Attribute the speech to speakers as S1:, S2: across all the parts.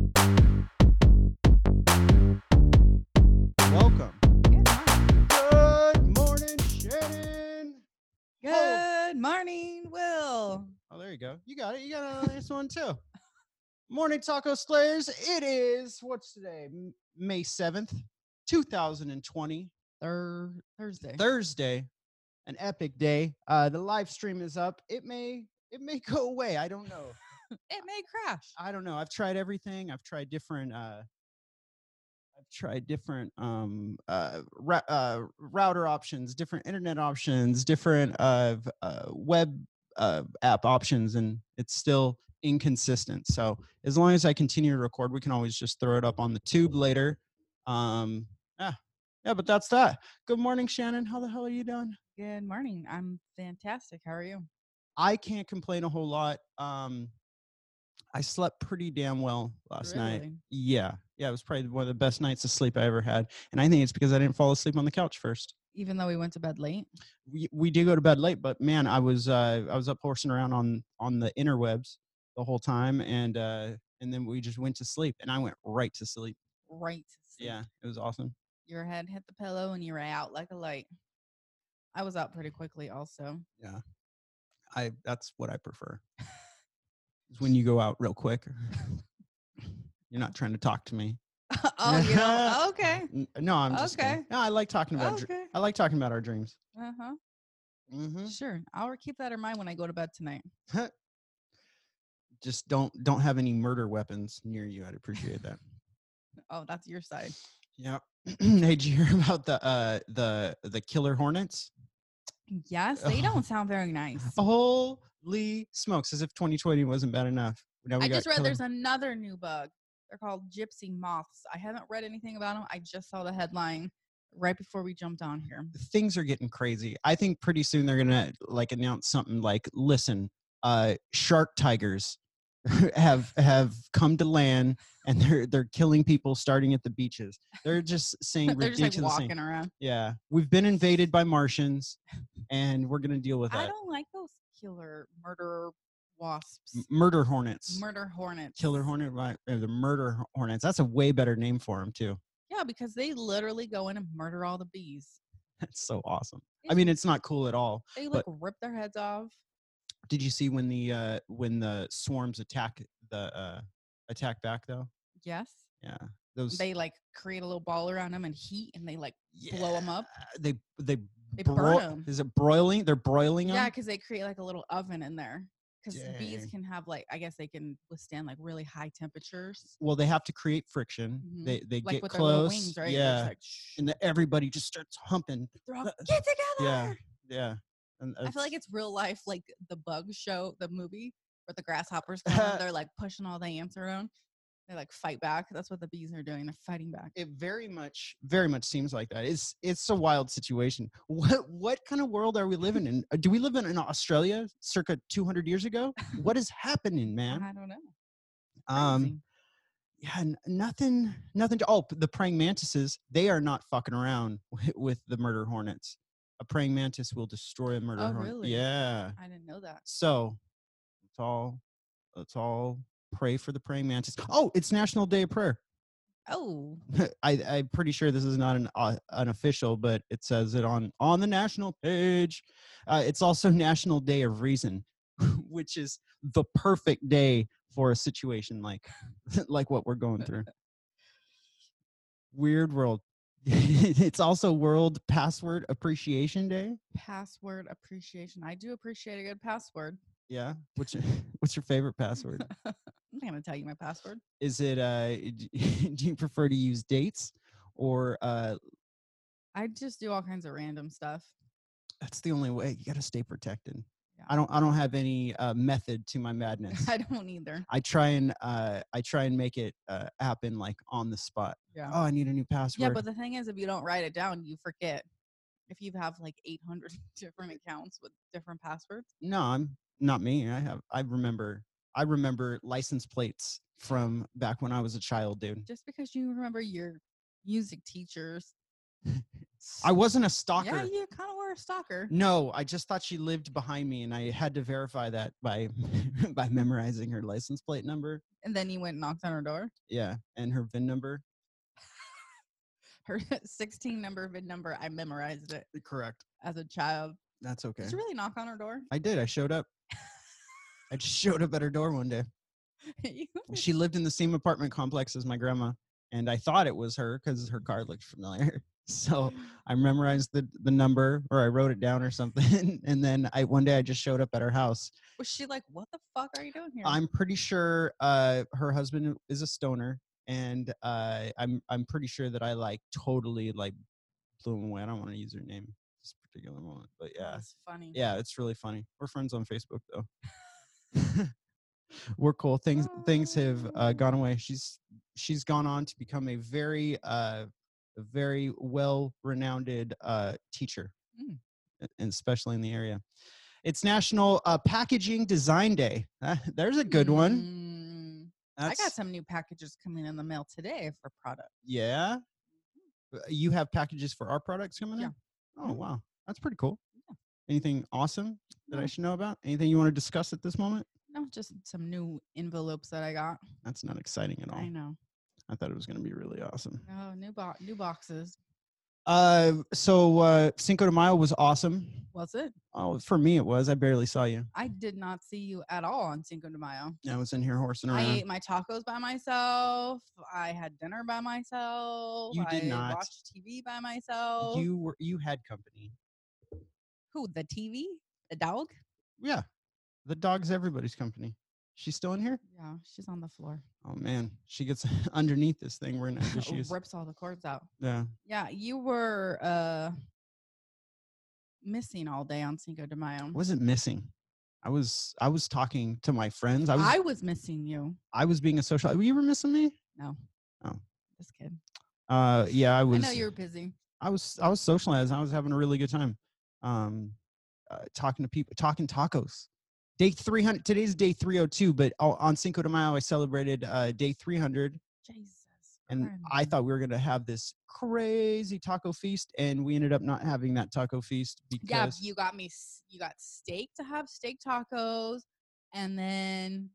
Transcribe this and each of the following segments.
S1: Oh.
S2: Oh, you go. You got it. You got this one too. Morning Taco Slayers. It is what's today? M- May 7th, 2020,
S1: Thur- Uh, Thursday.
S2: Thursday. An epic day. Uh the live stream is up. It may it may go away. I don't know.
S1: it may crash.
S2: I don't know. I've tried everything. I've tried different. Uh, I've tried different um, uh, ra- uh, router options, different internet options, different uh, v- uh, web uh, app options, and it's still inconsistent. So as long as I continue to record, we can always just throw it up on the tube later. Um, yeah, yeah. But that's that. Good morning, Shannon. How the hell are you doing?
S1: Good morning. I'm fantastic. How are you?
S2: I can't complain a whole lot. Um, I slept pretty damn well last night.
S1: Really?
S2: Yeah. Yeah. It was probably one of the best nights of sleep I ever had. And I think it's because I didn't fall asleep on the couch first.
S1: Even though we went to bed late.
S2: We, we did go to bed late, but man, I was, uh, I was up horsing around on, on the interwebs the whole time. And, uh, and then we just went to sleep and I went right to sleep.
S1: Right. to sleep.
S2: Yeah. It was awesome.
S1: Your head hit the pillow and you were out like a light. I was out pretty quickly also.
S2: I, that's what I prefer is when you go out real quick. You're not trying to talk to me.
S1: oh, you know, okay.
S2: N- No, I'm just kidding.
S1: Okay.
S2: No, I like talking about, dr-
S1: Okay.
S2: I like talking about our dreams.
S1: Uh-huh.
S2: Mm-hmm.
S1: Sure. I'll keep that in mind when I go to bed tonight.
S2: Just don't don't have any murder weapons near you. I'd appreciate that.
S1: Oh, that's your side.
S2: yeah. hey, did you hear about the uh the the killer hornets?
S1: Yes, they
S2: Oh.
S1: don't sound very nice.
S2: Holy smokes! As if 2020 wasn't bad enough. Now we
S1: I
S2: got
S1: just read
S2: killer-
S1: there's another new bug. They're called gypsy moths. I haven't read anything about them. I just saw the headline right before we jumped on here.
S2: things are getting crazy. I think pretty soon they're gonna like announce something like, "Listen, uh, shark tigers have have come to land and they're they're killing people starting at the beaches." They're just saying
S1: They're just
S2: ridiculous
S1: like
S2: things.
S1: walking around.
S2: Yeah, we've been invaded by Martians, and we're gonna deal with
S1: I
S2: that.
S1: don't like those killer murderer wasps,
S2: M- Murder hornets,
S1: murder hornets,
S2: killer hornet, right, uh, the murder h- hornets. That's a way better name for them too.
S1: Yeah, because they literally go in and murder all the bees.
S2: That's so awesome. I
S1: Yeah.
S2: mean, it's not cool at all.
S1: They like
S2: But-
S1: rip their heads off.
S2: Did you see when the uh, when the swarms attack the uh, attack back though?
S1: Yes,
S2: Yeah, those
S1: they like create a little ball around them and heat, and they like
S2: yeah,
S1: blow 'em up.
S2: They they.
S1: They burn
S2: broi-
S1: 'em.
S2: Is it broiling? They're broiling
S1: Yeah, 'cause yeah,
S2: 'em?
S1: because they create like a little oven in there. Because bees
S2: Dang.
S1: can have like I guess they can withstand like really high temperatures.
S2: Well, they have to create friction.
S1: Mhm.
S2: They they
S1: like
S2: get
S1: with their
S2: close.
S1: little wings, right? They're
S2: Yeah,
S1: just like, "Shh,
S2: and then everybody just starts humping.
S1: they're all,
S2: uh,
S1: get together.
S2: Yeah, yeah. And
S1: I feel
S2: it's-
S1: like it's real life, like the bug show, the movie where the grasshoppers come out, they're like pushing all the ants around. They like fight back. That's what the bees are doing. They're fighting back.
S2: it very much very much seems like that it's it's a wild situation what what kind of world are we living in Uh, do we live in, in australia circa 200 years ago what is happening man
S1: I don't know.
S2: um
S1: Uh-huh, Crazy.
S2: yeah n- nothing nothing to oh p- the praying mantises they are not fucking around wi- with the murder hornets a praying mantis will destroy a murder
S1: Oh,
S2: hornet
S1: really?
S2: yeah
S1: I didn't know that.
S2: so let's all let's all pray for the praying mantis oh it's national day of prayer
S1: Oh,
S2: I, I'm pretty sure this is not an uh, an official, but it says it on on the national page. Uh, it's also National Day of Reason, which is the perfect day for a situation like like what we're going through. Weird world. it's also World Password Appreciation Day.
S1: password appreciation. I do appreciate a good password.
S2: Yeah. What's your, what's your favorite password?
S1: I'm not gonna tell you my password.
S2: Is it uh? d- Do you prefer to use dates or uh?
S1: I just do all kinds of random stuff.
S2: That's the only way. You got to stay protected.
S1: Yeah.
S2: I don't. I don't have any uh, method to my madness.
S1: I don't either.
S2: I try and uh, I try and make it uh, happen like on the spot.
S1: Yeah.
S2: Oh, I need a new password.
S1: yeah, but the thing is, if you don't write it down, you forget. If you have like 800 different accounts with different passwords,
S2: no, I'm not me. I have. I remember. I remember license plates from back when I was a child, dude.
S1: just because you remember your music teachers.
S2: I wasn't a stalker.
S1: Yeah, you kind of were a stalker.
S2: No, I just thought she lived behind me, and I had to verify that by by memorizing her license plate number.
S1: And then you went and knocked on her door.
S2: Yeah, and her VIN number.
S1: Her 16 number VIN number, I memorized it
S2: Correct.
S1: as a child.
S2: That's okay.
S1: Did you really knock on her door?
S2: I did. I showed up. I just showed up at her door one day.
S1: You-
S2: She lived in the same apartment complex as my grandma, and I thought it was her because her car looked familiar. So I memorized the, the number or I wrote it down or something. And then I one day I just showed up at her house.
S1: was she like, "What the fuck are you doing here?"
S2: I'm pretty sure uh, her husband is a stoner, and uh, I'm I'm pretty sure that I like totally like blew him away. I don't want to use her name at this particular moment, but
S1: Oh,
S2: yeah,
S1: That's funny.
S2: yeah, it's really funny. We're friends on Facebook though. We're cool. Things things have uh, gone away. She's she's gone on to become a very uh, a very well renowned uh, teacher,
S1: Mm.
S2: e- and especially in the area. It's National uh, Packaging Design Day. Ah, there's a good one.
S1: Mm, I
S2: That's,
S1: got some new packages coming in the mail today for product.
S2: Yeah. Uh, You have packages for our products coming
S1: Yeah.
S2: in? Oh,
S1: Mhm.
S2: wow. That's pretty cool. Anything awesome that I
S1: No.
S2: should know about? Anything you want to discuss at this moment?
S1: No, just some new envelopes that I got.
S2: That's not exciting at all.
S1: I know.
S2: I thought it was going to be really awesome.
S1: No, new bo- new boxes.
S2: Uh, so uh, Cinco de Mayo was awesome.
S1: Was it?
S2: Oh, for me it was. I barely saw you.
S1: I did not see you at all on Cinco de Mayo.
S2: I was in here horsing around.
S1: I ate my tacos by myself. I had dinner by myself.
S2: You did
S1: I
S2: not.
S1: watched TV by myself.
S2: you were you had company.
S1: Who? The TV? The dog?
S2: Yeah, the dog's everybody's company. She's still in here.
S1: Yeah, she's on the floor.
S2: Oh man, she gets underneath this thing. We're in have issues.
S1: Rips all the cords out.
S2: Yeah,
S1: Yeah, you were uh missing all day on Cinco de Mayo.
S2: I wasn't missing. I was I was talking to my friends. I was
S1: I
S2: I,
S1: was missing you.
S2: was being a social. You were missing me.
S1: No.
S2: Oh.
S1: Just kidding.
S2: Uh, yeah, I
S1: I
S2: was.
S1: know you were busy.
S2: I was I was socializing. I was having a really good time, um, uh, talking to people, talking tacos. Day three hundred. Today's day three hundred two, but o- on Cinco de Mayo I celebrated uh, day three hundred,
S1: Jesus.
S2: and I
S1: Christ.
S2: thought we were gonna have this crazy taco feast, and we ended up not having that taco feast
S1: Yeah,
S2: because
S1: you got me s- you got steak to have steak tacos and then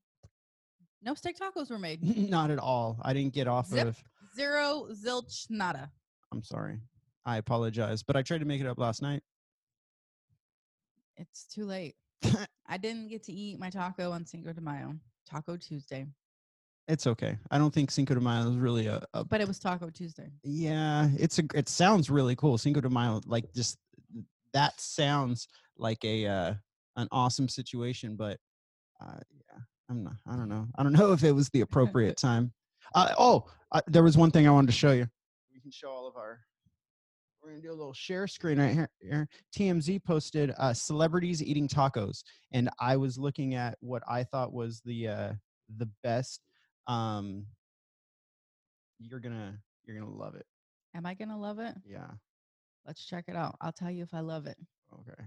S1: no steak tacos were made.
S2: not at all. I didn't get off
S1: Zip.
S2: of.
S1: Zero zilch nada.
S2: I'm sorry. I apologize, but I tried to make it up last night.
S1: It's too late. I didn't get to eat my taco on Cinco de Mayo. Taco Tuesday.
S2: It's okay. I don't think Cinco de Mayo is really a, a
S1: But it was Taco Tuesday.
S2: Yeah, it's a. gr- It sounds really cool. Cinco de Mayo, like just that sounds like a uh, an awesome situation. But uh, yeah, I'm not. I don't know. I don't know if it was the appropriate time. Uh, oh, uh, there was one thing I wanted to show you. We can show all of our. We're gonna do a little share screen right here. here. TMZ posted uh, celebrities eating tacos, and I was looking at what I thought was the uh, the best. Um, you're gonna you're gonna love it.
S1: Am I gonna love it?
S2: Yeah.
S1: Let's check it out. I'll tell you if I love it.
S2: Okay.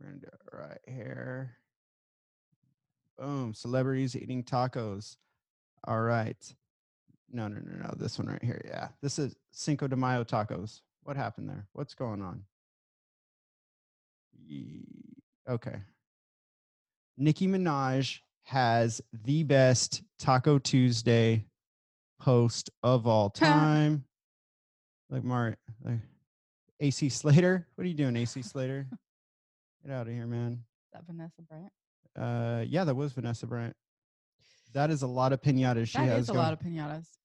S2: We're gonna do it right here. Boom. Celebrities eating tacos. All right. No, no, no, no. This one right here. Yeah. This is Cinco de Mayo tacos. What happened there? What's going on? Ye- Okay. Nicki Minaj has the best Taco Tuesday post of all time. like Mari, like AC Slater. What are you doing, AC Slater? Get out of here, man.
S1: Is that Vanessa Bryant?
S2: Uh, yeah, that was Vanessa Bryant. That is a lot of pinatas she
S1: That
S2: has.
S1: is a
S2: going-
S1: lot of pinatas.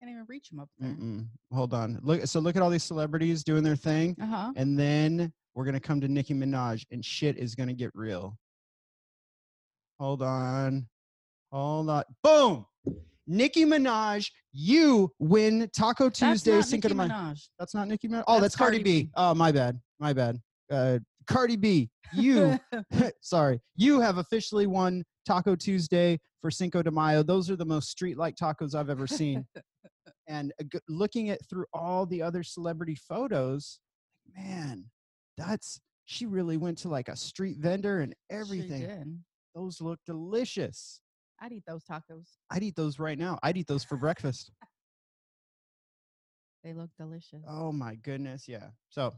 S1: Can't even reach them up there.
S2: Mm-mm. Hold on. Look. So look at all these celebrities doing their thing,
S1: Uh huh.
S2: and then we're gonna come to Nicki Minaj, and shit is gonna get real. Hold on. Hold on. Boom. Nicki Minaj, you win Taco Tuesday Cinco de Mayo.
S1: Minaj.
S2: That's not Nicki Minaj. Oh, that's,
S1: That's
S2: Cardi,
S1: Cardi
S2: B.
S1: B.
S2: Oh, my bad. My bad. Uh, Cardi B, you sorry, you have officially won Taco Tuesday for Cinco de Mayo. Those are the most street-like tacos I've ever seen. and a g- looking at through all the other celebrity photos, man, that's she really went to like a street vendor and
S1: She
S2: everything.
S1: did.
S2: Those look delicious.
S1: I'd eat those tacos.
S2: I'd eat those right now. I'd eat those for breakfast.
S1: They look delicious.
S2: Oh my goodness, yeah. So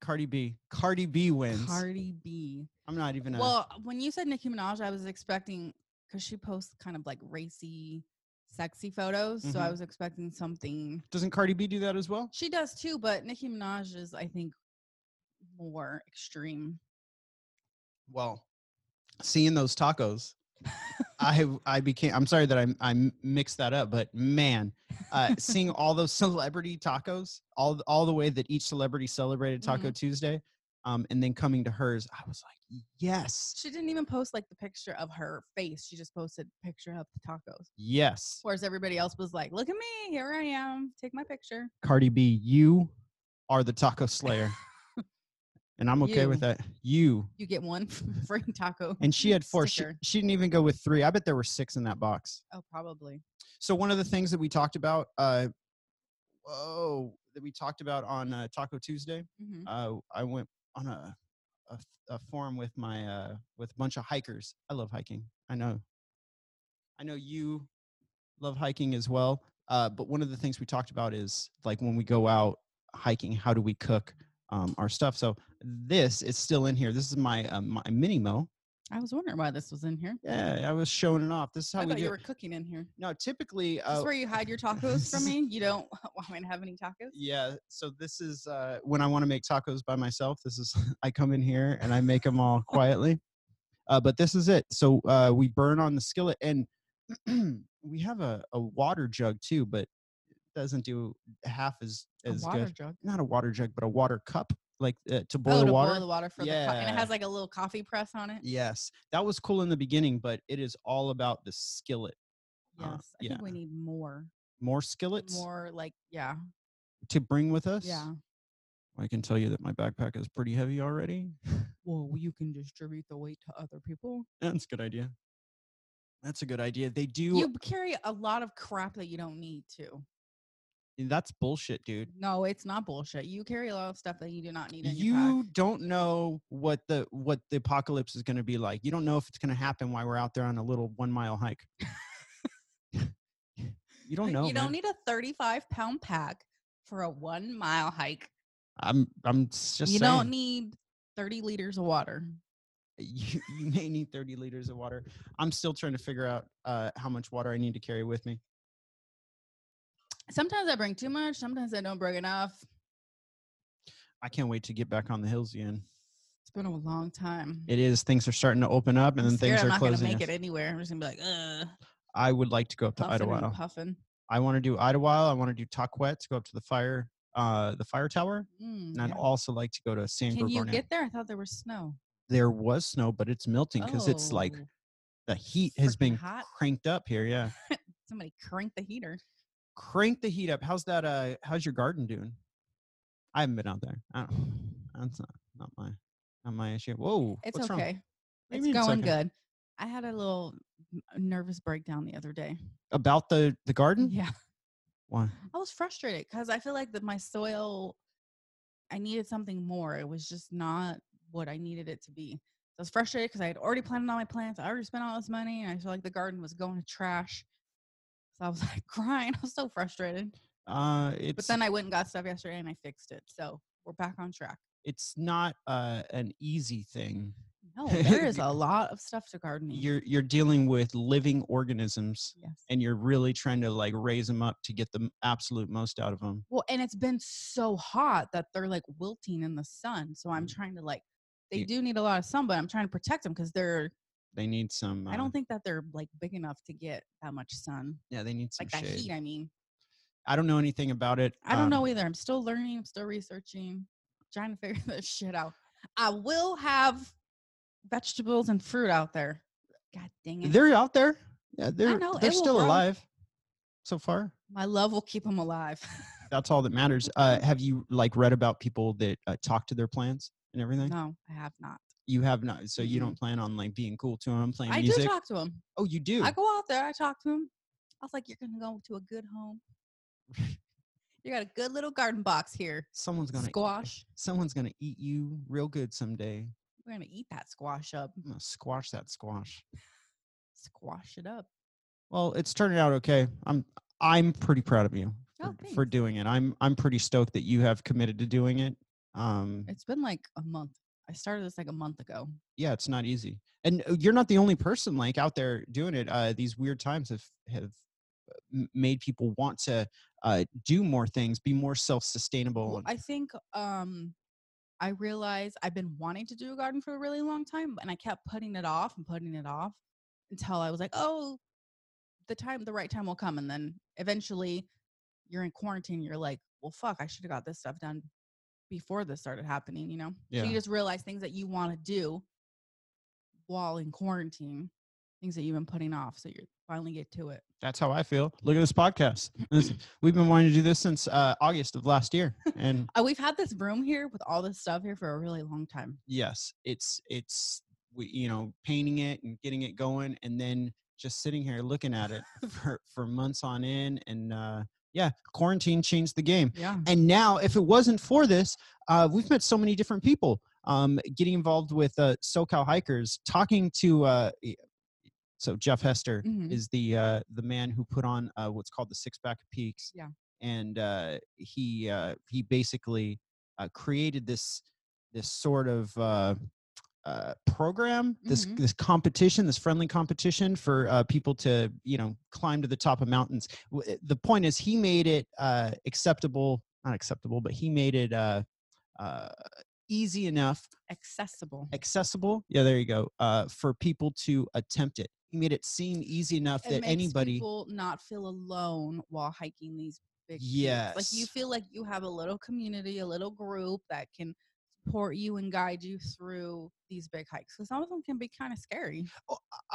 S2: Cardi B, Cardi B wins.
S1: Cardi B.
S2: I'm not even. A,
S1: Well, when you said Nicki Minaj, I was expecting because she posts kind of like racy, sexy photos. So I
S2: Mhm.
S1: was expecting something.
S2: doesn't Cardi B do that as well?
S1: She does too, but Nicki Minaj is, I think, more extreme.
S2: Well, seeing those tacos, I I became. I'm sorry that I I mixed that up, but man, uh, seeing all those celebrity tacos, all all the way that each celebrity celebrated
S1: Mm-hmm.
S2: Taco Tuesday, um, and then coming to hers, I was like, yes,
S1: She didn't even post like the picture of her face. She just posted picture of the tacos.
S2: yes,
S1: Whereas everybody else was like, "Look at me, here I am. Take my picture."
S2: Cardi B, you are the taco slayer, and I'm okay with
S1: You.
S2: that. You
S1: You get one free taco.
S2: and she had four. She,
S1: Sticker.
S2: she didn't even go with three. I bet there were six in that box.
S1: Oh, probably.
S2: So one of the things that we talked about, uh, whoa, that we talked about on uh, Taco Tuesday,
S1: hmm
S2: uh, I went on a, a f- a forum with my uh, with a bunch of hikers. I love hiking. I know, I know you love hiking as well. Uh, but one of the things we talked about is like when we go out hiking, how do we cook um, our stuff? So this is still in here. This is my uh, my mini mo.
S1: I was wondering why this was in here.
S2: Yeah, I was showing it off. This is how
S1: I
S2: we
S1: thought
S2: do.
S1: you
S2: it.
S1: were cooking in here.
S2: no, typically,
S1: This
S2: uh,
S1: is where you hide your tacos from me. You don't want me to have any tacos.
S2: yeah so this is uh when i want to make tacos by myself this is i come in here and i make them all quietly uh but this is it so uh we burn on the skillet and we have a, a water jug too but it doesn't do half as as
S1: a water
S2: good
S1: jug.
S2: not a water jug but a water cup like uh, to boil
S1: oh,
S2: the
S1: to
S2: water
S1: boil the water for the co- and
S2: Yeah.
S1: it has like a little coffee press on it.
S2: yes that was cool in the beginning but it is all about the skillet
S1: Yes,
S2: Uh,
S1: I think we need more,
S2: more skillets
S1: more like yeah,
S2: to bring with us
S1: yeah.
S2: i can tell you that my backpack is pretty heavy already
S1: Well, you can distribute the weight to other people.
S2: That's a good idea. That's a good idea. They do.
S1: You carry a lot of crap that you don't need to.
S2: that's bullshit, dude.
S1: No, it's not bullshit. You carry a lot of stuff that you do not need in your
S2: You
S1: pack.
S2: don't know what the what the apocalypse is going to be like. You don't know if it's going to happen while we're out there on a little one mile hike. you don't know.
S1: you
S2: man.
S1: don't need a 35 pound pack for a one mile hike.
S2: I'm I'm s- just
S1: you
S2: saying.
S1: don't need 30 liters of water.
S2: you, you may need 30 liters of water. I'm still trying to figure out uh, how much water I need to carry with me.
S1: Sometimes I bring too much. Sometimes I don't bring enough.
S2: I can't wait to get back on the hills again.
S1: It's been a long time.
S2: It is things are starting to open up, and
S1: I'm
S2: then things
S1: scared I'm
S2: are
S1: not gonna
S2: closing.
S1: make
S2: us.
S1: it anywhere. I'm just gonna be like, uh,
S2: I would like to go up to
S1: puffing
S2: Idlewild.
S1: and puffing.
S2: I want to do Idlewild. I want to do Taquet to go up to the fire, uh, the fire tower,
S1: Mm,
S2: and I'd
S1: yeah.
S2: also like to go to San
S1: Can you
S2: Gorgonio.
S1: get there? I thought there was snow.
S2: there was snow, but it's melting because it's like
S1: Oh,
S2: the heat has
S1: freaking
S2: been
S1: hot.
S2: cranked up here. Yeah,
S1: somebody crank the heater.
S2: crank the heat up. How's that? Uh, how's your garden doing? I haven't been out there. I don't, that's not not my not my issue. Whoa,
S1: It's
S2: what's wrong?
S1: okay.
S2: do you
S1: It's
S2: mean it's
S1: going
S2: okay?
S1: good. I had a little n- nervous breakdown the other day.
S2: About the the garden?
S1: Yeah,
S2: Why?
S1: I was frustrated because I feel like that my soil, I needed something more. It was just not what I needed it to be. I was frustrated because I had already planted all my plants. I already spent all this money, and I feel like the garden was going to trash. So I was like crying. I was so frustrated.
S2: Uh, it's
S1: But then I went and got stuff yesterday, and I fixed it. So we're back on track.
S2: it's not uh an easy thing.
S1: No, there is a lot of stuff to gardening.
S2: You're you're dealing with living organisms.
S1: yes.
S2: and you're really trying to like raise them up to get the m- absolute most out of them.
S1: Well, and it's been so hot that they're like wilting in the sun. So I'm trying to like, they
S2: Mm. Ye-
S1: do need a lot of sun, but I'm trying to protect them because they're.
S2: They need some. Uh,
S1: I don't think that they're like big enough to get that much sun,
S2: Yeah, they need some
S1: like that
S2: shade.
S1: heat. I mean,
S2: I don't know anything about it.
S1: I don't
S2: um,
S1: know either. I'm still learning. I'm still researching, trying to figure this shit out. I will have vegetables and fruit out there. God dang it!
S2: They're out there. Yeah, they're
S1: know,
S2: they're
S1: it will
S2: still
S1: grow.
S2: alive. So far,
S1: My love will keep them alive.
S2: that's all that matters. Uh, have you like read about people that uh, talk to their plants and everything?
S1: no, I have not.
S2: You have not. So you don't plan on like being cool to them, playing
S1: I
S2: music.
S1: do talk to them.
S2: oh, you do.
S1: I go out there, I talk to him. I was like, You're gonna go to a good home. you got a good little garden box here.
S2: someone's gonna eat-
S1: Squash.
S2: someone's gonna eat you real good someday.
S1: We're gonna eat that squash up.
S2: I'm gonna squash that squash.
S1: Squash it up.
S2: Well, it's turning out okay. I'm I'm pretty proud of you for,
S1: Oh,
S2: for
S1: thanks.
S2: doing it. I'm I'm pretty stoked that you have committed to doing it. Um,
S1: It's been like a month. I started this like a month ago.
S2: yeah, it's not easy, and uh, you're not the only person like out there doing it. Uh, these weird times have have uh, m- made people want to uh, do more things, be more self
S1: Well,
S2: sustainable.
S1: I think um I realized I've been wanting to do a garden for a really long time, and I kept putting it off and putting it off until I was like, oh, the time, the right time will come. And then eventually you're in quarantine, you're like, well, fuck, I should have got this stuff done before this started happening, you know? So
S2: Yeah.
S1: you just realize things that you want to do while in quarantine, things that you've been putting off. So you finally get to it.
S2: That's how I feel. Look at this podcast. This- We've been wanting to do this since uh, August of last year, and
S1: Uh, we've had this room here with all this stuff here for a really long time.
S2: yes, it's it's we, you know painting it and getting it going, and then just sitting here looking at it for for months on end, and uh, yeah, quarantine changed the game.
S1: Yeah.
S2: And now, if it wasn't for this, uh, we've met so many different people. Um, getting involved with uh, SoCal hikers, talking to uh, y- so Jeff Hester
S1: Mhm.
S2: is the uh, the man who put on uh, what's called the Six Pack of Peaks.
S1: Yeah.
S2: and uh, he uh, he basically uh, created this this sort of uh, uh, program, this
S1: Mhm.
S2: this competition, this friendly competition for uh, people to you know climb to the top of mountains. W- uh, The point is, he made it uh, acceptable, not acceptable, but he made it uh, uh, easy enough,
S1: Accessible.
S2: accessible. Yeah, there you go. Uh, for people to attempt it, he made it seem easy enough
S1: It
S2: that
S1: makes
S2: anybody.
S1: people not feel alone while hiking these big peaks. like you
S2: Yes.
S1: feel like you have a little community a little group that can support you and guide you through these big hikes because some of them can be kind of scary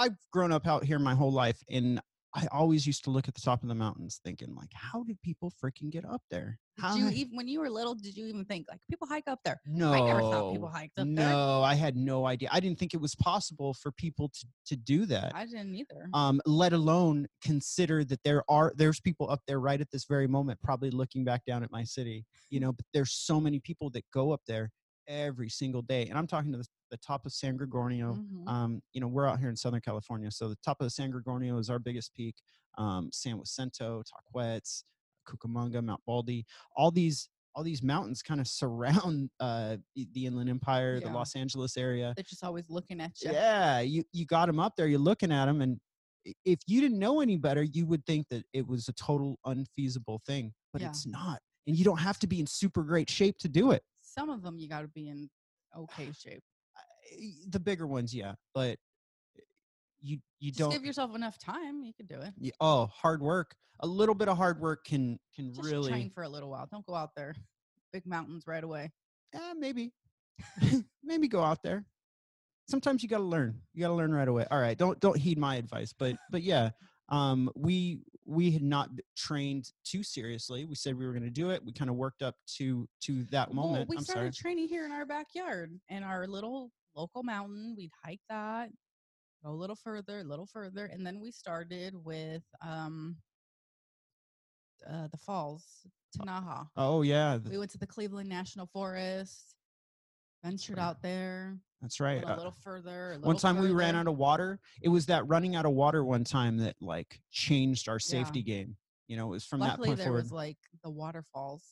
S2: I've grown up out here my whole life, and I always used to look at the top of the mountains, thinking like, how did people freaking get up there? How
S1: did you
S2: the-
S1: even when you were little did you even think like people hike up there
S2: No,
S1: i never thought people hiked up there
S2: No, I had no idea. I didn't think it was possible for people to to do that.
S1: i didn't either
S2: Um, let alone consider that there are there's people up there right at this very moment, probably looking back down at my city. You know, but there's so many people that go up there every single day, and I'm talking to the, the top of San Gregorio.
S1: Mhm.
S2: Um, you know, we're out here in Southern California, so the top of the San Gregorio is our biggest peak. Um, San Jacinto, Taquets, Cucamonga, Mount Baldy, all these all these mountains kind of surround uh, the the Inland Empire, the
S1: Yeah.
S2: Los Angeles area.
S1: they're just always looking at you
S2: Yeah, you you got them up there. You're looking at them, and i- if you didn't know any better, you would think that it was a total unfeasible thing, but
S1: Yeah.
S2: it's not. And you don't have to be in super great shape to do it.
S1: some of them you got to be in okay shape
S2: I- The bigger ones, yeah, but eh, you you
S1: just
S2: don't
S1: give yourself enough time you can do it
S2: Yeah, oh, hard work. A little bit of hard work can can
S1: just
S2: really
S1: train for a little while don't go out there big mountains right away
S2: eh, maybe maybe go out there. Sometimes you got to learn. You got to learn right away. All right, don't don't heed my advice, but but yeah, um, we we had not b- trained too seriously. We said we were going to do it. We kind of worked up to to that
S1: Well,
S2: moment.
S1: we
S2: I'm sorry.
S1: started training here in our backyard in our little local mountain. We'd hike that, go a little further, a little further, and then we started with um uh, the falls, Tanaha.
S2: oh yeah, th-
S1: We went to the Cleveland National Forest, ventured
S2: right.
S1: out there,
S2: that's
S1: went
S2: right.
S1: a
S2: Uh,
S1: little further. A little
S2: one time we ran
S1: further.
S2: out of water. It was that running out of water one time that like changed our safety game. You know, it was from that
S1: Luckily,
S2: point
S1: there
S2: forward.
S1: was like the waterfalls.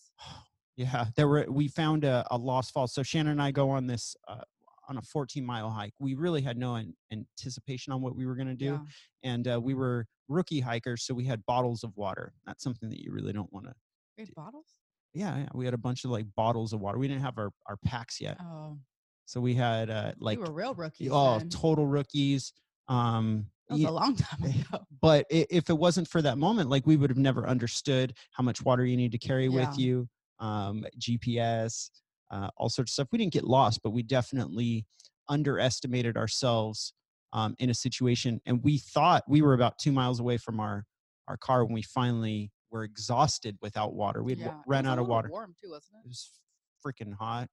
S2: Yeah, there were. We found a, a lost falls. So Shannon and I go on this uh, on a 14 mile hike. We really had no an, anticipation on what we were going to do,
S1: Yeah.
S2: and uh, we were rookie hikers, so we had bottles of water. That's something that you really don't want to.
S1: We had bottles.
S2: Yeah, yeah, we had a bunch of like bottles of water. We didn't have our our packs yet,
S1: Oh,
S2: so we had uh, like
S1: we were real rookies.
S2: oh
S1: then.
S2: total rookies. Um,
S1: that was
S2: ye-
S1: a long time ago.
S2: but i- if it wasn't for that moment like we would have never understood how much water you need to carry
S1: Yeah.
S2: with you um, gps uh, all sorts of stuff we didn't get lost but we definitely underestimated ourselves um, in a situation and we thought we were about two miles away from our our car when we finally were exhausted without water we had
S1: Yeah,
S2: w
S1: it
S2: ran
S1: was a
S2: out of
S1: little
S2: water
S1: Warm too, wasn't
S2: it was freaking hot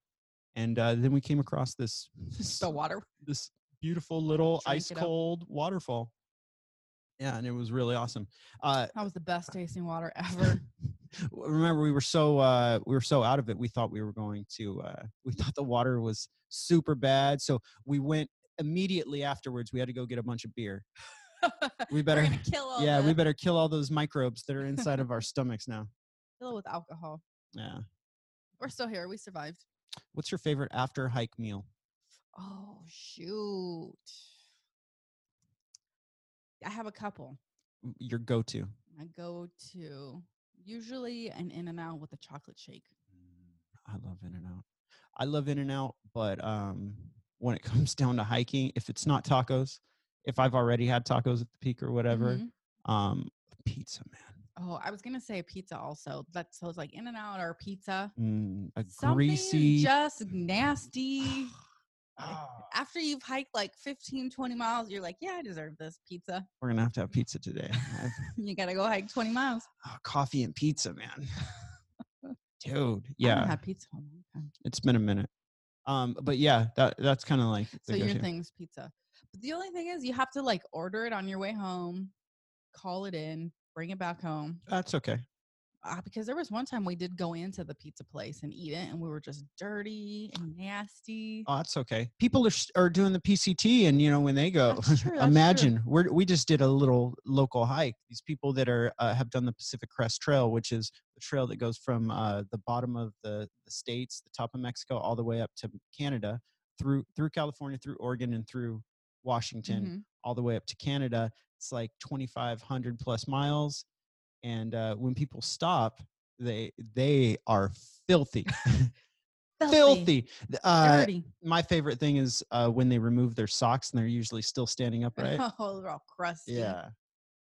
S2: and uh, then we came across this
S1: it? The water
S2: this beautiful little
S1: Drank
S2: ice
S1: it up.
S2: cold waterfall. Yeah, and it was really awesome. Uh,
S1: That was the best tasting water ever.
S2: w- remember, we were so uh, we were so out of it. We thought we were going to. Uh, we thought the water was super bad, so we went immediately afterwards. We had to go get a bunch of beer. We
S1: We're
S2: better,
S1: gonna kill all
S2: yeah,
S1: the,
S2: we better kill all those microbes that are inside of our stomachs now.
S1: kill it with alcohol.
S2: Yeah.
S1: We're still here. We survived.
S2: What's your favorite after hike meal?
S1: Oh shoot! I have a couple.
S2: M- Your go to?
S1: I go to usually an In and Out with a chocolate shake.
S2: I Mm, love In and Out. I love In and Out, but um, when it comes down to hiking, if it's not tacos, if I've already had tacos at the peak or whatever,
S1: Mhm.
S2: um, pizza, man,
S1: Oh, I was gonna say pizza also. That's so it's like In and Out or pizza.
S2: mm, a
S1: Something
S2: greasy.
S1: just nasty.
S2: Ah,
S1: After you've hiked like 15, 20 miles, you're like, yeah, I deserve this pizza.
S2: we're gonna have to have pizza today. I've-
S1: You gotta go hike 20 miles.
S2: ah, coffee and pizza, man. Dude,
S1: I haven't
S2: yeah,
S1: had pizza in a long time.
S2: it's been a minute. Um, but yeah, that that's kind of like the
S1: So your
S2: go-to.
S1: thing's pizza. But the only thing is you have to like order it on your way home, call it in, bring it back home.
S2: That's okay.
S1: Uh, because there was one time we did go into the pizza place and eat it and we were just dirty and nasty.
S2: Oh, that's okay. People are s- are doing the PCT, and you know when they go,
S1: That's true, that's true.
S2: imagine we're, we just did a little local hike. These people that are uh, have done the Pacific Crest Trail, which is the trail that goes from uh, the bottom of the, the states, the top of Mexico, all the way up to Canada, through through California, through Oregon, and through Washington,
S1: Mhm.
S2: all the way up to Canada. It's like twenty five hundred plus miles, and uh, when people stop, they they are filthy, filthy. Th- Uh,
S1: Mm-hmm. dirty.
S2: my favorite thing is uh, when they remove their socks and they're usually still standing upright.
S1: Oh, they're all crusty.
S2: yeah.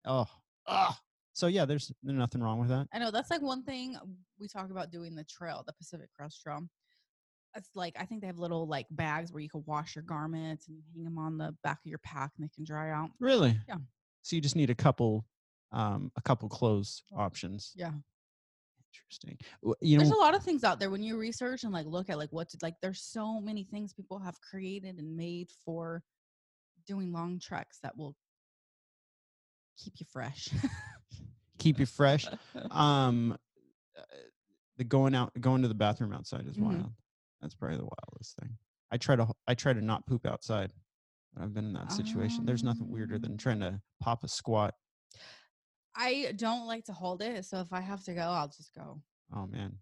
S2: Oh. Ah. So yeah, there's there's nothing wrong with that.
S1: I know that's like one thing we talk about doing the trail, the Pacific Crest Trail. It's like I think they have little like bags where you can wash your garments and you hang them on the back of your pack and they can dry out.
S2: Really?
S1: Yeah.
S2: So you just need a couple, um, a couple clothes options.
S1: Yeah.
S2: Interesting. W- You know,
S1: there's a lot of things out there when you research and like look at like what's like there's so many things people have created and made for doing long treks that will keep you fresh
S2: keep you fresh. Um, uh, the going out, going to the bathroom outside is
S1: Mhm.
S2: wild. That's probably the wildest thing. I try to, h- I try to not poop outside. when I've been in that situation. There's nothing weirder than
S1: Um,
S2: trying to pop a squat.
S1: i don't like to hold it so if i have to go i'll just go
S2: Oh man.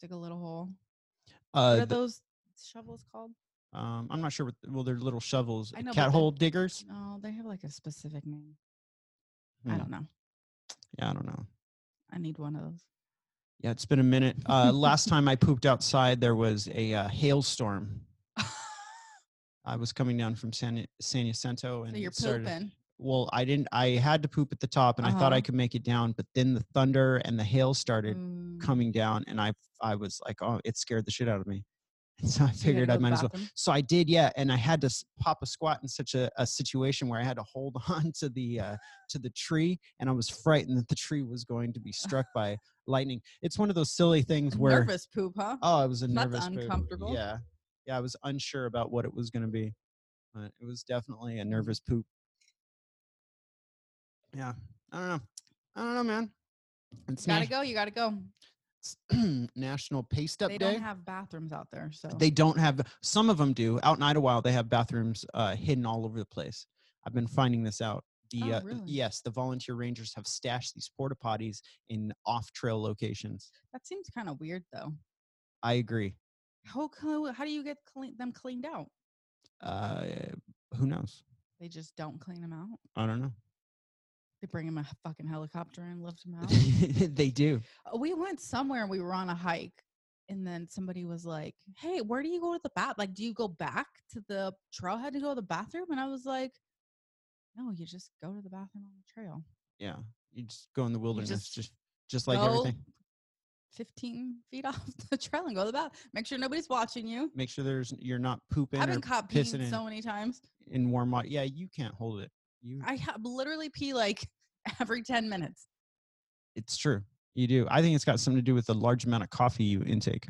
S1: dig a little hole
S2: Uh,
S1: what are
S2: the-
S1: those shovels called
S2: Um, I'm not sure what. Well, they're little shovels, uh,
S1: I know, but
S2: cat
S1: they're-
S2: hole diggers.
S1: no they have like a specific name i
S2: Hmm.
S1: don't know
S2: Yeah, I don't know.
S1: i need one of those
S2: Yeah, it's been a minute. Uh, last time I pooped outside, there was a uh, hailstorm. I was coming down from San San Jacinto, and
S1: so you're
S2: it started-
S1: pooping
S2: Well, I didn't. I had to poop at the top, and I thought I
S1: Uh-huh. Mm.
S2: could make it down, but then the thunder and the hail started
S1: Ooh.
S2: coming down, and I I was like, oh, it scared the shit out of me. And so I
S1: So you had to
S2: figured
S1: go
S2: I
S1: to
S2: might
S1: the
S2: as well.
S1: bathroom?
S2: So I did, yeah, and I had to s- pop a squat in such a, a situation where I had to hold on to the uh, to the tree, and I was frightened that the tree was going to be struck by lightning. It's one of those silly things
S1: A
S2: where
S1: nervous poop huh
S2: oh, I was a
S1: That's
S2: nervous, poop.
S1: uncomfortable.
S2: Yeah, yeah, I was unsure about what it was going to be, but it was definitely
S1: Mm-hmm.
S2: a nervous poop. Yeah, I don't know, I don't know, man. It's
S1: gotta
S2: nat-
S1: go you gotta go
S2: it's National Paste Up
S1: they
S2: Day.
S1: don't have bathrooms out there so
S2: They don't have some of them do out in Idlewild. They have bathrooms uh, hidden all over the place. I've been finding this out. The
S1: Oh,
S2: uh,
S1: really?
S2: yes, the volunteer rangers have stashed these porta potties in off trail locations.
S1: that seems kind of weird though
S2: I agree.
S1: how co- how do you get clean- them cleaned out
S2: Uh, who knows?
S1: they just don't clean them out
S2: I don't know.
S1: they bring them a fucking helicopter and lift them out
S2: they do.
S1: Uh, we went somewhere and we were on a hike and then somebody was like hey where do you go to the bath like do you go back to the trailhead to go to the bathroom and i was like no you just go to the bathroom on the trail
S2: Yeah, you just go in the wilderness,
S1: just
S2: just just, like
S1: go
S2: everything.
S1: 15 feet off the trail and go to the bath make sure nobody's watching you
S2: Make sure there's you're not pooping
S1: i've
S2: or
S1: been caught
S2: pissing
S1: peeing
S2: in,
S1: so many times
S2: in warm water. Yeah, you can't hold it. You,
S1: I have literally pee like every 10 minutes.
S2: it's true. You do. I think it's got something to do with the large amount of coffee you intake.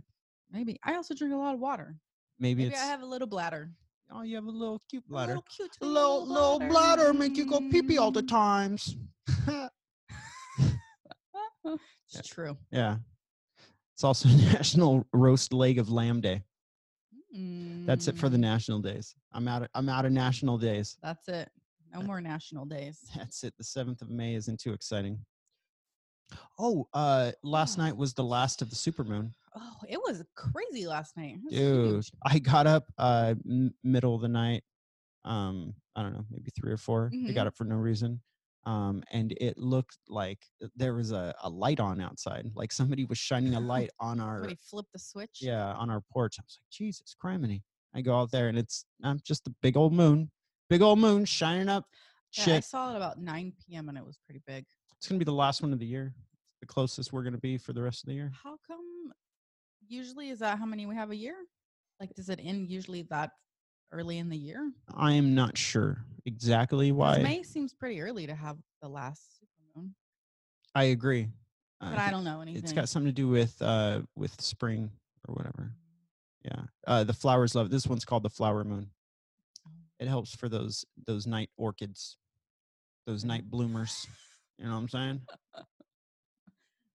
S1: Maybe. I also drink a lot of water.
S2: Maybe,
S1: Maybe
S2: it's
S1: I have a little bladder.
S2: Oh, you have a little cute
S1: A
S2: bladder.
S1: little cute.
S2: A little little bladder make you go pee pee all the
S1: Mm.
S2: times.
S1: Mm. It's true.
S2: yeah. It's also National Roast Leg of Lamb Day. That's it for the
S1: Mm,
S2: national days. I'm out of, I'm out of national days.
S1: That's it. No
S2: Uh,
S1: more national days.
S2: That's it. The 7th of May isn't too exciting. Oh, uh last
S1: Yeah.
S2: night was the last of the supermoon.
S1: Oh, it was crazy last night. It was
S2: Dude,
S1: huge.
S2: I got up uh
S1: Mm-hmm.
S2: m- middle of the night. Um I don't know, maybe 3 or 4. I got up for no reason. um, and it looked like there was a, a light on outside like somebody was shining a light on our
S1: Somebody flipped the switch.
S2: yeah on our porch i was like jesus criminy i go out there and it's i'm just a big old moon big old moon shining up
S1: Yeah, I
S2: shit
S1: saw it about 9 p.m. and it was pretty big.
S2: it's gonna be the last one of the year the closest we're gonna be for the rest of the year
S1: How come? Usually, is that how many we have a year? Like, does it end usually that early in the year? 'Cause
S2: i am not sure exactly why
S1: May seems pretty early to have the last supermoon,
S2: i agree uh,
S1: but I, don't know anything.
S2: it's got something to do with uh with spring or whatever yeah uh the flowers love this one's called the flower moon it helps for those those night orchids those night bloomers you know what i'm saying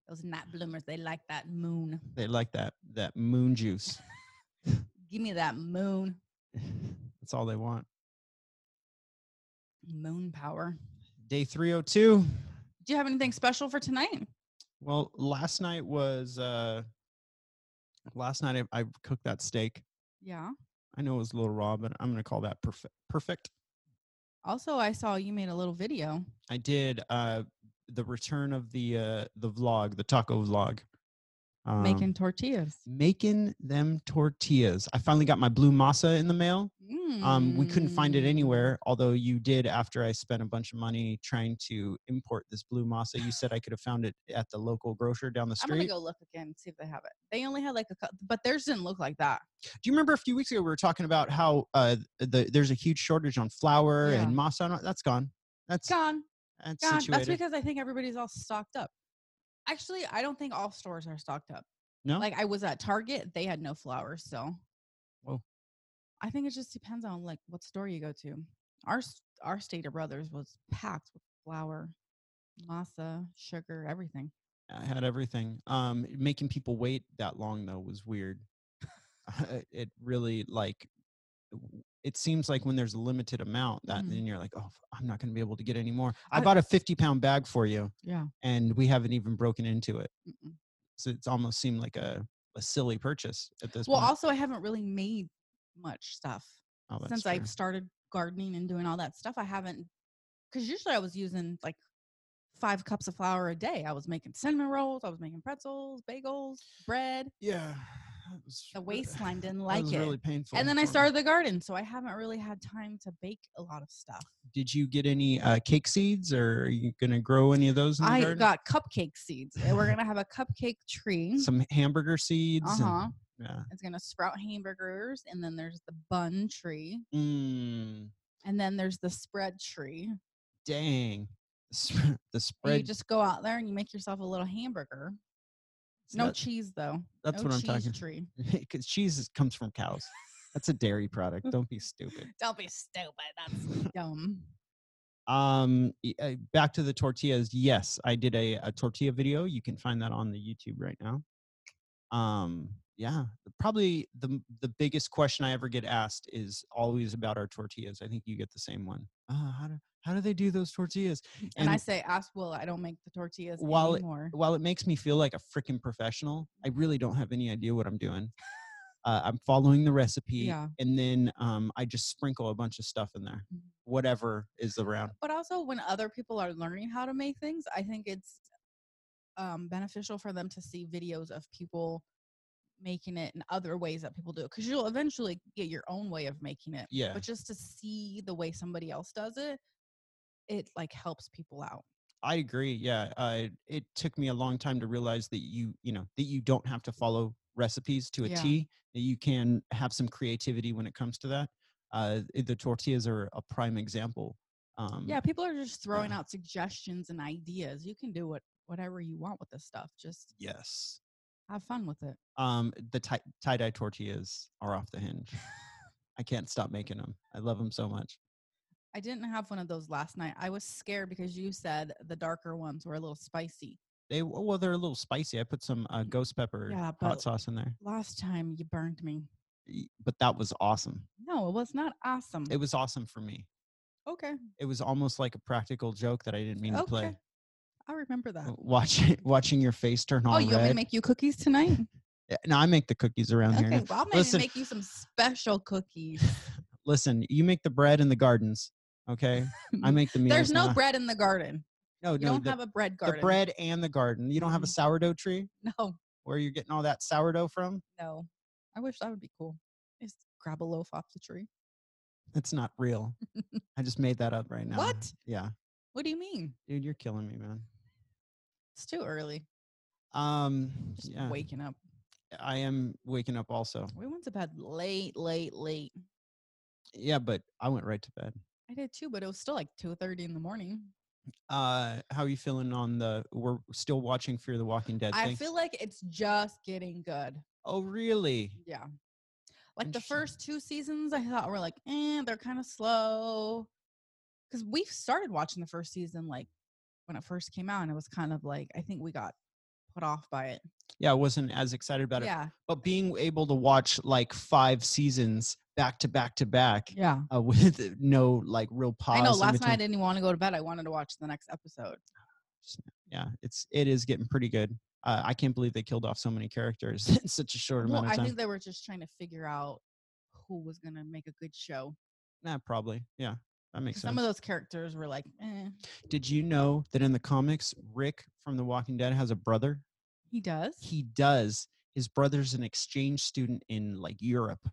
S1: Those night bloomers, they like that moon.
S2: they like that that moon juice
S1: Give me that moon,
S2: that's all they want
S1: moon power.
S2: day 302
S1: Do you have
S2: Mm.
S1: anything special for tonight?
S2: well last night was uh last night i, I cooked that steak
S1: Yeah.
S2: i know it was a little raw but i'm gonna call that perfect perfect
S1: Also, I saw you made a little video.
S2: I did uh the return of the uh the vlog, the taco vlog. Um,
S1: making tortillas.
S2: making them tortillas. I finally got my blue masa in the mail. Um we couldn't find it
S1: Mm.
S2: anywhere, although you did after I spent a bunch of money trying to import this blue masa. You said I could have found it at the local grocer down the
S1: I'm gonna
S2: street.
S1: go look again and see if they have it. They only had like a, cou- but theirs didn't look like that.
S2: Do you remember a few weeks ago we were talking about how uh the there's a huge shortage on flour
S1: Yeah.
S2: and masa? and all- That's gone. That's
S1: Gone,
S2: that's
S1: gone. That's
S2: situated.
S1: because I think everybody's all stocked up. Actually, I don't think all stores are stocked up.
S2: no,
S1: Like I was at Target, they had no flour still.
S2: Whoa.
S1: I think it just depends on like what store you go to. Our s- our State of Brothers was packed with flour, masa, sugar, everything.
S2: I had everything. Um, making people wait that long though was weird. it really like w- it seems like when there's a limited amount that
S1: Mhm.
S2: then you're like, oh, I'm not going to be able to get any more. I,
S1: I-
S2: bought a 50 pound bag for you,
S1: Yeah.
S2: and we haven't even broken into it.
S1: Mm-mm.
S2: So it's almost seemed like a, a silly purchase at this
S1: Well,
S2: point.
S1: also I haven't really made much stuff.
S2: Oh, that's
S1: since
S2: fair.
S1: I've started gardening and doing all that stuff, I haven't because usually I was using like five cups of flour a day. I was making cinnamon rolls, I was making pretzels, bagels, bread.
S2: yeah, that was
S1: The
S2: re-
S1: waistline didn't
S2: that
S1: like
S2: Uh, was
S1: it.
S2: really painful.
S1: and then
S2: for
S1: I
S2: me.
S1: started the garden, so I haven't really had time to bake a lot of stuff.
S2: Did you get any uh, cake seeds, or are you going to grow any of those? In the
S1: I
S2: garden?
S1: got cupcake seeds. and We're gonna have a cupcake tree.
S2: some hamburger seeds.
S1: Uh
S2: and-
S1: huh.
S2: yeah.
S1: It's gonna sprout hamburgers, and then there's the bun tree,
S2: Mm,
S1: and then there's the spread tree.
S2: dang. The sp- The
S1: And
S2: spread.
S1: you just go out there and you make yourself a little hamburger.
S2: so
S1: No
S2: that-
S1: cheese though.
S2: that's
S1: No
S2: what I'm
S1: cheese
S2: talking.
S1: Tree.
S2: Because cheese is, comes from cows. That's a dairy product. Don't be stupid.
S1: Don't be stupid. That's dumb.
S2: Um, y- uh, back to the tortillas. Yes, I did a, a tortilla video. You can find that on the YouTube right now. Um, yeah, probably the m- the biggest question I ever get asked is always about our tortillas. I think you get the same one. Uh, how do how do they do those tortillas?
S1: And, I say, ask Will. I don't make the tortillas
S2: While it-
S1: anymore.
S2: while it makes me feel like a freaking professional, I really don't have any idea what I'm doing. Uh, I'm following the recipe,
S1: Yeah.
S2: and then um, I just sprinkle a bunch of stuff in there,
S1: Mhm.
S2: whatever is around.
S1: but also, when other people are learning how to make things, I think it's um, beneficial for them to see videos of people making it in other ways that people do it because you'll eventually get your own way of making it.
S2: Yeah,
S1: But just to see the way somebody else does it, it like helps people out.
S2: I agree. Yeah, uh, it took me a long time to realize that you, you know, that you don't have to follow recipes to a T.
S1: Mm. Yeah.
S2: That you can have some creativity when it comes to that. Uh, i- the tortillas are a prime example. Um,
S1: Yeah, people are just throwing
S2: yeah.
S1: out suggestions and ideas. You can do what whatever you want with this stuff. Just
S2: Yes.
S1: have fun with it.
S2: Um, the tie dye tortillas are off the hinge. I can't stop making them. I love them so much.
S1: I didn't have one of those last night. I was scared because you said the darker ones were a little spicy.
S2: They well, they're a little spicy. I put some uh, ghost pepper
S1: Yeah,
S2: hot
S1: but-
S2: sauce in there,
S1: Last time you burned me.
S2: Y- but that was awesome.
S1: No, it was not awesome.
S2: It was awesome for me.
S1: okay.
S2: It was almost like a practical joke that I didn't mean to play.
S1: Okay. I remember that.
S2: W- Watching watching your face turn Oh, all
S1: oh, you want me to
S2: red.
S1: make you cookies tonight?
S2: Yeah, no, I make the cookies around here.
S1: okay,
S2: now.
S1: well, I'm going to
S2: Listen.
S1: make you some special cookies.
S2: Listen, you make the bread in the gardens. Okay, I make the meals.
S1: There's no
S2: now.
S1: bread in the garden.
S2: No,
S1: You
S2: Oh, no,
S1: don't
S2: the,
S1: have a bread
S2: the
S1: garden.
S2: bread and the garden. You don't have a
S1: Mm.
S2: sourdough tree
S1: No,
S2: where you're getting all that sourdough from.
S1: no. I wish that would be cool. Just grab a loaf off the tree.
S2: That's not real. I just made that up right now.
S1: What?
S2: Yeah,
S1: What do you mean?
S2: dude, you're killing me, man.
S1: It's too early.
S2: Um,
S1: Just
S2: yeah,
S1: waking up.
S2: I am waking up also.
S1: We went to bed late, late, late.
S2: Yeah, but I went right to bed.
S1: I did too, but it was still like two thirty in the morning.
S2: Uh, how are you feeling on the? We're still watching Fear the Walking Dead.
S1: I
S2: thing?
S1: feel like it's just getting good.
S2: Oh, really?
S1: Yeah. Like the
S2: Interesting.
S1: first two seasons, I thought were like, eh, they're kind of slow. Because we started watching the first season like when it first came out, and it was kind of like, I think we got put off by it.
S2: Yeah, I wasn't as excited about it.
S1: Yeah.
S2: But being able to watch like five seasons back to back to back
S1: Yeah.
S2: uh, with no like real pause.
S1: I know
S2: in
S1: last night I
S2: between-
S1: didn't want to go to bed. I wanted to watch the next episode.
S2: yeah, it's it is getting pretty good. Uh, I can't believe they killed off so many characters in such a short
S1: Well,
S2: amount of
S1: I
S2: time.
S1: think they were just trying to figure out who was going to make a good show.
S2: nah, probably. Yeah, that makes
S1: 'Cause
S2: sense.
S1: Some of those characters were like, eh.
S2: Did you know that in the comics, Rick from The Walking Dead has a brother?
S1: He does.
S2: He does. His brother's an exchange student in like Europe.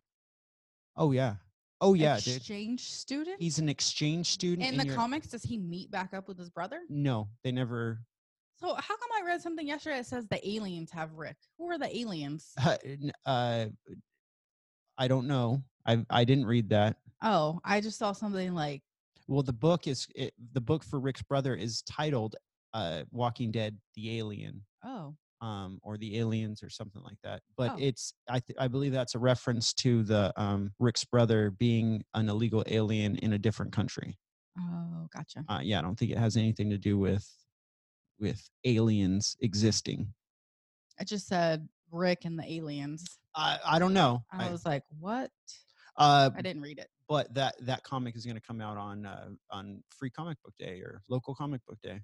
S2: Oh yeah. Oh yeah, dude.
S1: Exchange student?
S2: He's an exchange student
S1: in the
S2: Europe.
S1: comics, does he meet back up with his brother?
S2: No, they never.
S1: So how come I read something yesterday that says the aliens have Rick? Who are the aliens?
S2: Uh, n- uh, I don't know. I I didn't read that.
S1: Oh, I just saw something like
S2: Well, the book is it, the book for Rick's brother is titled uh, "Walking Dead: The Alien"
S1: oh
S2: um, or "The Aliens" or something like that. But
S1: Oh.
S2: it's I th- I believe that's a reference to the um, Rick's brother being an illegal alien in a different country.
S1: oh gotcha.
S2: Uh, yeah, I don't think it has anything to do with with aliens existing.
S1: I just said Rick and the aliens.
S2: I I don't know.
S1: I Um,
S2: I,
S1: was like, what?
S2: uh,
S1: Oh, I didn't read it.
S2: but that that comic is going to come out on uh, on free comic book day or local comic book day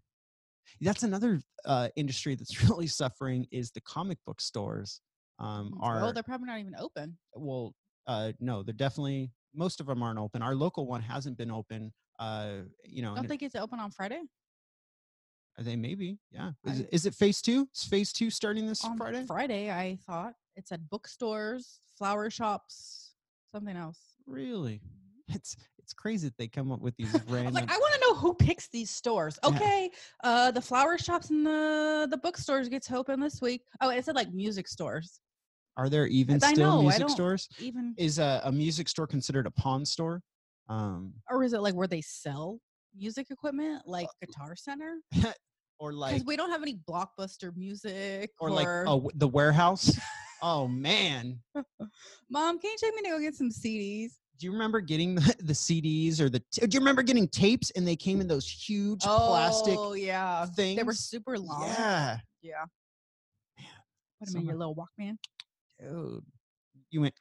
S2: that's another uh, industry that's really suffering is the comic book stores um, are
S1: oh, they're probably not even open.
S2: well uh, no they're definitely most of them aren't open our local one hasn't been open uh, you know and
S1: Don't
S2: it-
S1: they get to open on Friday?
S2: are they maybe yeah is
S1: I-
S2: it, is it phase two is phase two starting this
S1: On
S2: friday
S1: Friday, I thought it said bookstores, flower shops, something else.
S2: really it's it's crazy that they come up with these
S1: Mm-hmm. I was
S2: random
S1: like, I want to know who picks these stores.
S2: Yeah.
S1: Okay, uh, the flower shops and the the bookstores get to open this week. Oh, it said like music stores.
S2: are there even
S1: I
S2: still
S1: know, I
S2: music
S1: don't-
S2: stores
S1: Even
S2: is a, a music store considered a pawn store? Um,
S1: or is it like where they sell music equipment, like Guitar Center?
S2: or
S1: Because
S2: Uh, like,
S1: we don't have any blockbuster music.
S2: or like a w the warehouse? oh man,
S1: Mom, can you take me to go get some CDs?
S2: do you remember getting the, the CDs or the? T- do you remember getting tapes? And they came in those huge
S1: Oh
S2: plastic
S1: yeah,
S2: things.
S1: they were super long.
S2: Yeah,
S1: yeah. Put 'em
S2: so
S1: in your little Walkman.
S2: Uh, dude, you went.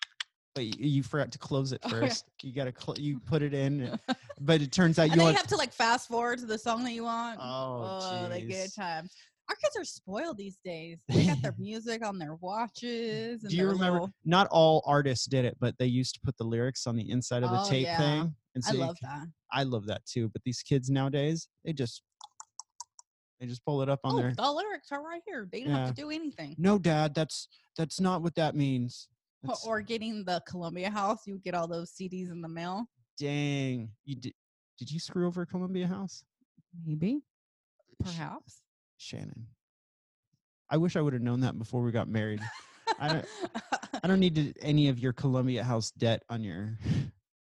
S2: But you, you forgot to close it
S1: Oh, yeah.
S2: first. You gotta cl- you put it in, and- but it turns out
S1: And
S2: you
S1: then you
S2: want.
S1: have to like fast forward to the song that you want.
S2: oh,
S1: the good
S2: jeez.
S1: times. Our kids are spoiled these days. They got their music on their watches. And
S2: Do you
S1: their
S2: remember?
S1: little-
S2: Not all artists did it, but they used to put the lyrics on the inside of the
S1: Oh,
S2: tape
S1: yeah.
S2: thing. And
S1: I
S2: you
S1: love
S2: c-
S1: that.
S2: I love that too. But these kids nowadays, they just they just pull it up on
S1: Oh,
S2: their.
S1: the lyrics are right here. They didn't have to do anything.
S2: No, Dad, that's that's not what that means.
S1: Or-
S2: That's-
S1: Or getting the Columbia House, you get all those CDs in the mail.
S2: dang, you did. Did you screw over Columbia House,
S1: Maybe,
S2: Sh-
S1: perhaps.
S2: Shannon? I wish I would have known that before we got married. I don't- I don't need to- any of your Columbia House debt on your.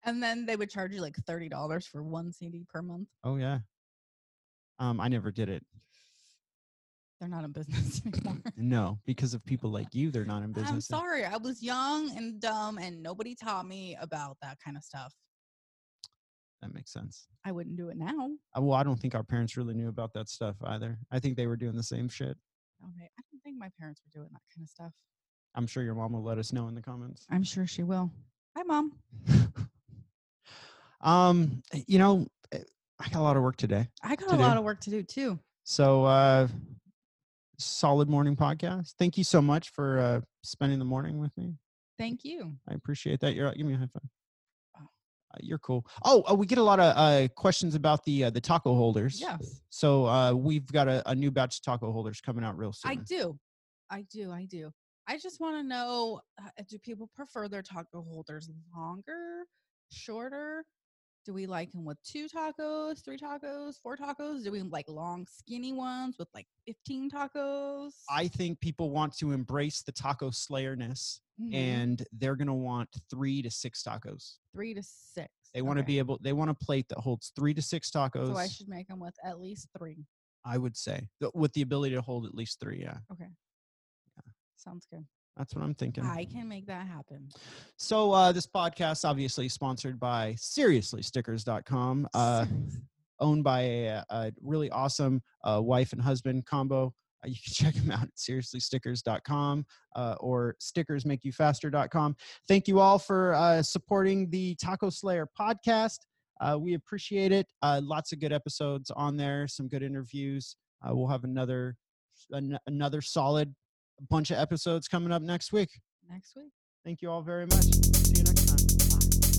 S1: and then they would charge you like thirty dollars for one CD per month.
S2: Oh yeah. Um, I never did it.
S1: They're not in business anymore.
S2: No, because of people like you, they're not in business.
S1: I'm
S2: and-
S1: sorry. I was young and dumb, and nobody taught me about that kind of stuff.
S2: That makes sense.
S1: I wouldn't do it now.
S2: Uh, Well, I don't think our parents really knew about that stuff either. I think they were doing the same shit.
S1: Okay. I don't think my parents were doing that kind of stuff.
S2: I'm sure your mom will let us know in the comments.
S1: I'm sure she will. Hi, mom.
S2: um, you know, eh, I got a lot of work today.
S1: I got
S2: To
S1: a lot
S2: do.
S1: of work to do too.
S2: So, uh, solid morning podcast. Thank you so much for uh, spending the morning with me.
S1: Thank you. Oh.
S2: I appreciate that. You're give me a high five. Uh, you're cool. Oh, uh, we get a lot of uh, questions about the uh, the taco holders.
S1: Yes,
S2: So uh, we've got a, a new batch of taco holders coming out real soon.
S1: I do. I do. I do. I just want to know uh, do people prefer their taco holders longer, shorter? Do we like them with two tacos, three tacos, four tacos? Do we like long, skinny ones with like 15 tacos?
S2: I think people want to embrace the taco slayerness,
S1: Mhm.
S2: and they're gonna want three to six tacos.
S1: three to six.
S2: They want to
S1: Okay.
S2: be able. They want a plate that holds three to six tacos.
S1: So I should make them with at least three.
S2: I would say th- with the ability to hold at least three. Yeah,
S1: Sounds good.
S2: that's what I'm thinking.
S1: I can make that happen.
S2: So uh, this podcast obviously sponsored by SeriouslyStickers.com, uh, owned by a, a really awesome uh, wife and husband combo. Uh, you can check them out at SeriouslyStickers.com uh, or StickersMakeYouFaster.com. Thank you all for uh, supporting the Taco Slayer podcast. Uh, we appreciate it. Uh, lots of good episodes on there. Some good interviews. Uh, we'll have another an- another solid bunch of episodes coming up next week.
S1: Next week.
S2: Thank you all very much. See you next time.
S1: Bye.